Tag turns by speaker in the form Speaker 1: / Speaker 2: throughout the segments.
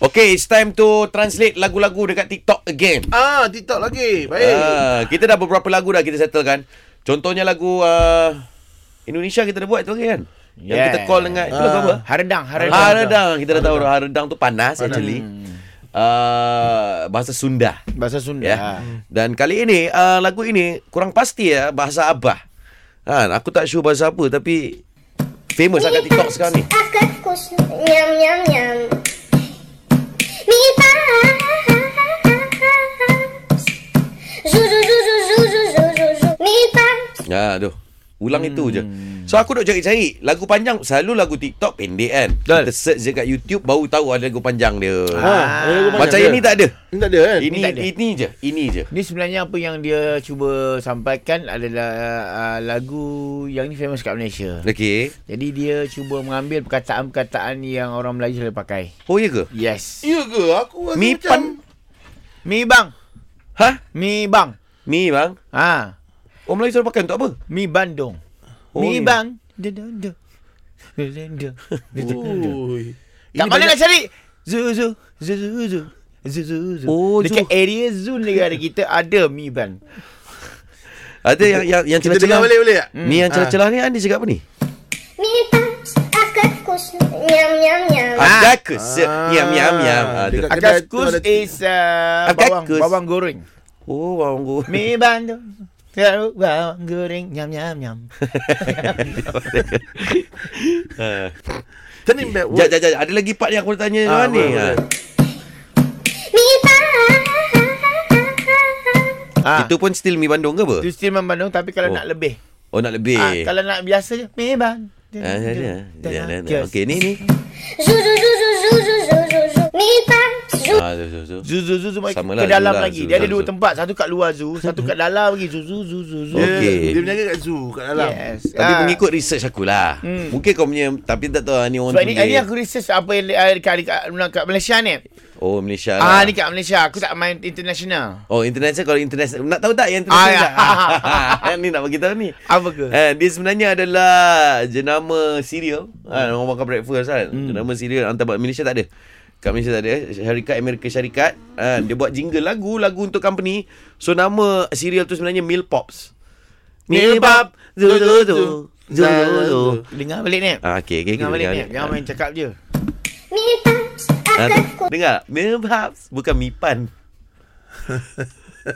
Speaker 1: Okay, it's time to translate lagu-lagu dekat TikTok again.
Speaker 2: Ah, TikTok lagi. Baik.
Speaker 1: Ah, kita dah beberapa lagu dah kita settle kan. Contohnya lagu uh, Indonesia kita dah buat tu kan. Yang
Speaker 3: Yeah.
Speaker 1: kita call dengan itu lagu
Speaker 2: Ah.
Speaker 1: apa?
Speaker 3: Haredang, haredang.
Speaker 1: Haredang. Kita dah tahu Haredang tu panas actually. Uh, bahasa Sunda.
Speaker 3: Bahasa Sunda. Ah.
Speaker 1: Ya. Dan kali ini uh, lagu ini kurang pasti ya bahasa Abah. Ha, aku tak sure bahasa apa tapi famous lah kat TikTok sekarang ni.
Speaker 4: Akan kus nyam nyam nyam. Mita. Zu zu zu zu zu zu zu zu zu. Mita.
Speaker 1: Ha, tu. Ulang itu je. So aku duk cari-cari lagu panjang selalu lagu TikTok pendek kan. Kita search je kat YouTube baru tahu ada lagu panjang dia.
Speaker 2: Ha, ada lagu
Speaker 1: Macam
Speaker 2: banyak
Speaker 1: yang ni tak ada.
Speaker 2: Ni tak ada kan?
Speaker 1: Ini
Speaker 3: tak ada.
Speaker 1: ini je, ini je.
Speaker 3: Ni sebenarnya apa yang dia cuba sampaikan adalah uh, lagu yang ni famous kat Malaysia.
Speaker 1: Okey.
Speaker 3: Jadi dia cuba mengambil perkataan-perkataan yang orang Melayu selalu pakai.
Speaker 1: Oh ya ke?
Speaker 3: Yes.
Speaker 2: Ya ke? Aku rasa
Speaker 1: Mi
Speaker 2: macam...
Speaker 1: pan.
Speaker 3: Mi bang,
Speaker 1: Ha?
Speaker 3: mi bang.
Speaker 1: Mi bang.
Speaker 3: Ha,
Speaker 1: Orang Melayu selalu pakai untuk apa?
Speaker 3: mi Bandung.
Speaker 1: Oh,
Speaker 3: mi
Speaker 1: ya.
Speaker 3: bang. Du, du, du. Du, du, du. Du, du, du.
Speaker 2: Ui.
Speaker 3: Kat mana nak cari? Zoo zoo zoo zoo zoo. Zoo zoo zoo.
Speaker 1: Oh,
Speaker 3: Dekat area zoo negara kita ada mi bang.
Speaker 1: Ada yang yang yang Hmm?
Speaker 2: Kita
Speaker 1: celah-celah.
Speaker 2: dengar balik boleh tak?
Speaker 1: Ni yang celah-celah ni Andi cakap apa ni?
Speaker 4: Mita. Akan kus nyam nyam nyam.
Speaker 1: Ada ke se yam yam yam.
Speaker 2: Ah,
Speaker 1: Ada.
Speaker 2: dekat- Kedai tu
Speaker 3: Akaskus
Speaker 2: ada-
Speaker 3: is uh, bawang
Speaker 1: Akaskus.
Speaker 3: bawang goreng.
Speaker 1: Oh, bawang goreng.
Speaker 3: Mi bandung. Teruk bawang goreng nyam nyam nyam.
Speaker 2: Turning back.
Speaker 1: Jap, jap, jap. Ada lagi part yang aku nak tanya
Speaker 2: Ah,
Speaker 1: ah, ni.
Speaker 2: boleh,
Speaker 1: Ha.
Speaker 2: boleh.
Speaker 4: Mita.
Speaker 3: Ha.
Speaker 1: Itu
Speaker 3: Itu
Speaker 1: pun still mi Bandung ke apa?
Speaker 3: tu still mi bandung tapi kalau
Speaker 1: Ah, Oh.
Speaker 3: nak lebih.
Speaker 1: Oh, nak lebih.
Speaker 3: Ah, kalau nak biasa je mi bang.
Speaker 1: Ah, ya, ya, ya, ya, ya. Okey, ni ni.
Speaker 4: Zu zu zu zu zu zu zu zu zu. Mita. Zu.
Speaker 1: Ah, tu, tu, tu.
Speaker 3: Zuzu Zuzu
Speaker 1: Sama lah,
Speaker 3: ke dalam
Speaker 1: zoo lah,
Speaker 3: lagi.
Speaker 1: zoo,
Speaker 3: Dia ada
Speaker 1: zoo,
Speaker 3: dua
Speaker 1: zoo.
Speaker 3: tempat, satu kat luar zoo, satu kat dalam lagi. Zuzu Zuzu Zuzu.
Speaker 2: Dia,
Speaker 1: Okey.
Speaker 2: dia menjaga kat zoo, kat dalam.
Speaker 3: Yes.
Speaker 1: Ya, Tapi
Speaker 3: Ah.
Speaker 1: mengikut research akulah.
Speaker 3: Hmm.
Speaker 1: Mungkin kau punya tapi tak tahu ah, ni orang
Speaker 3: Sebab ni,
Speaker 1: tulis.
Speaker 3: ni aku research apa yang ada dekat, dekat, dekat Malaysia ni.
Speaker 1: Oh, Malaysia.
Speaker 3: Ah,
Speaker 1: lah.
Speaker 3: ni kat Malaysia. Aku tak main international.
Speaker 1: Oh, international kalau international. Nak tahu tak yang
Speaker 3: ya.
Speaker 1: international?
Speaker 3: Ah,
Speaker 1: Ah, ni nak bagi tahu ni.
Speaker 3: Apa ke?
Speaker 1: Eh, dia sebenarnya adalah jenama serial. Ha,
Speaker 3: Hmm.
Speaker 1: orang makan breakfast kan. Jenama serial antara buat Malaysia tak ada. Kat Malaysia tak ada. eh. Syarikat Amerika Syarikat. Ha,
Speaker 3: Hmm.
Speaker 1: dia buat jingle lagu, lagu untuk company. So nama serial tu sebenarnya Meal Pops.
Speaker 2: Meal Pop.
Speaker 1: Du du du. Du du du.
Speaker 3: Dengar balik ni.
Speaker 1: Ah, okay, okay, okay,
Speaker 3: Dengar balik ni.
Speaker 1: dengar
Speaker 3: Jangan main cakap je.
Speaker 4: Mita.
Speaker 1: Ah,
Speaker 4: Akan
Speaker 1: tu- dengar, Meal Pops bukan mipan.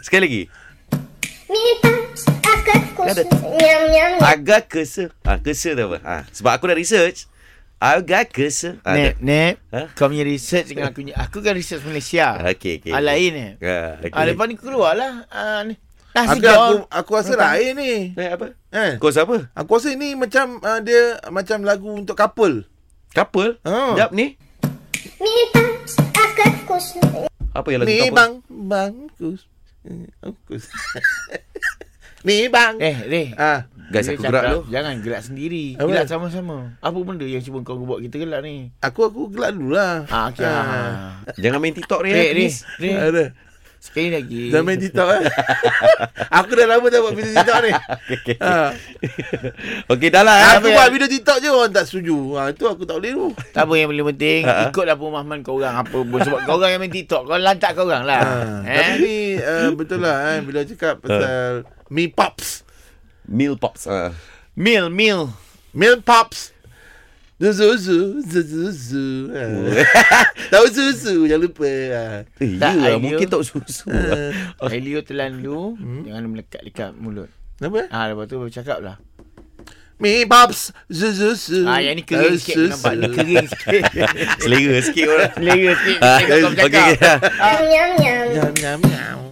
Speaker 1: Sekali lagi.
Speaker 4: Mita. Akan kus nyam nyam nyam.
Speaker 1: Agak kese. Ah, kese tu apa? Ah, sebab aku dah research. Agak kese. Ah,
Speaker 3: Nep,
Speaker 1: dah.
Speaker 3: Nep.
Speaker 1: Ha?
Speaker 3: Kau punya research dengan aku punya. Aku kan research Malaysia.
Speaker 1: Okey, okey.
Speaker 3: Ah, lain ni.
Speaker 1: Ah, okey.
Speaker 3: Ah, lepas ni keluar lah. Ah, ni. Nasi
Speaker 2: Aku, aku,
Speaker 3: goreng.
Speaker 2: aku rasa lain ni.
Speaker 1: Eh, apa?
Speaker 2: Eh.
Speaker 1: Kos apa?
Speaker 2: Aku rasa ni macam uh, dia macam lagu untuk couple.
Speaker 1: Couple?
Speaker 2: Oh.
Speaker 1: Jap ni.
Speaker 4: Mita. Akan kus
Speaker 1: Apa yang lagu
Speaker 2: Ni
Speaker 1: couple?
Speaker 2: bang, bang kus. Eh, oh, kus. ni bang.
Speaker 3: Eh, Reh.
Speaker 2: Ah,
Speaker 1: Guys,
Speaker 3: Dia
Speaker 1: aku gerak
Speaker 3: cakap,
Speaker 1: dulu.
Speaker 3: Jangan gerak sendiri.
Speaker 2: Apa?
Speaker 3: Gerak sama-sama. Apa benda yang cuba kau buat kita gelak ni?
Speaker 2: aku aku gelak lah. dululah.
Speaker 3: Ah, okey. Ah.
Speaker 1: Jangan main TikTok ni. eh.
Speaker 3: Reh, Reh. Reh.
Speaker 2: Ada.
Speaker 3: Sekali lagi.
Speaker 2: Dah main TikTok eh. aku dah lama tak buat video TikTok ni.
Speaker 1: okay.
Speaker 2: Ha.
Speaker 1: Okey, dah lah. eh.
Speaker 2: Aku
Speaker 3: apa
Speaker 2: buat
Speaker 3: yang-
Speaker 2: video TikTok je orang tak setuju. Ha, tu aku tak boleh tu.
Speaker 3: Tak apa yang paling penting
Speaker 1: Ha.
Speaker 3: Ikutlah pemahaman korang Apa pun Sebab korang yang main TikTok Kau lantak korang lah
Speaker 2: Ha. Tapi ni
Speaker 3: eh?
Speaker 2: uh, betul lah eh, bila
Speaker 3: Ah.
Speaker 2: cakap pasal Mi Pops.
Speaker 1: Meal Pops. ah.
Speaker 3: Meal Meal
Speaker 2: Meal Pops. Zuzu, zuzu, zuzu. Ah. Tahu zuzu, jangan lupa. Ah.
Speaker 1: Eh,
Speaker 3: Tak,
Speaker 1: ya,
Speaker 3: idea.
Speaker 1: mungkin tak susu. lah.
Speaker 3: Helio telan dulu
Speaker 2: Hmm?
Speaker 3: Jangan melekat dekat mulut
Speaker 2: Kenapa? eh?
Speaker 3: Ah, lepas tu baru cakap lah
Speaker 2: Mi Pops, zuzu, zuzu.
Speaker 3: Ah, yang ni kering sikit aku Nampak ni kering sikit
Speaker 1: Selera sikit orang.
Speaker 3: Selera sikit
Speaker 1: Ah,
Speaker 3: Tengok kau
Speaker 1: okey,
Speaker 3: bercakap
Speaker 1: okey.
Speaker 4: nyam nyam nyam.
Speaker 2: Nyam, nyam, nyam.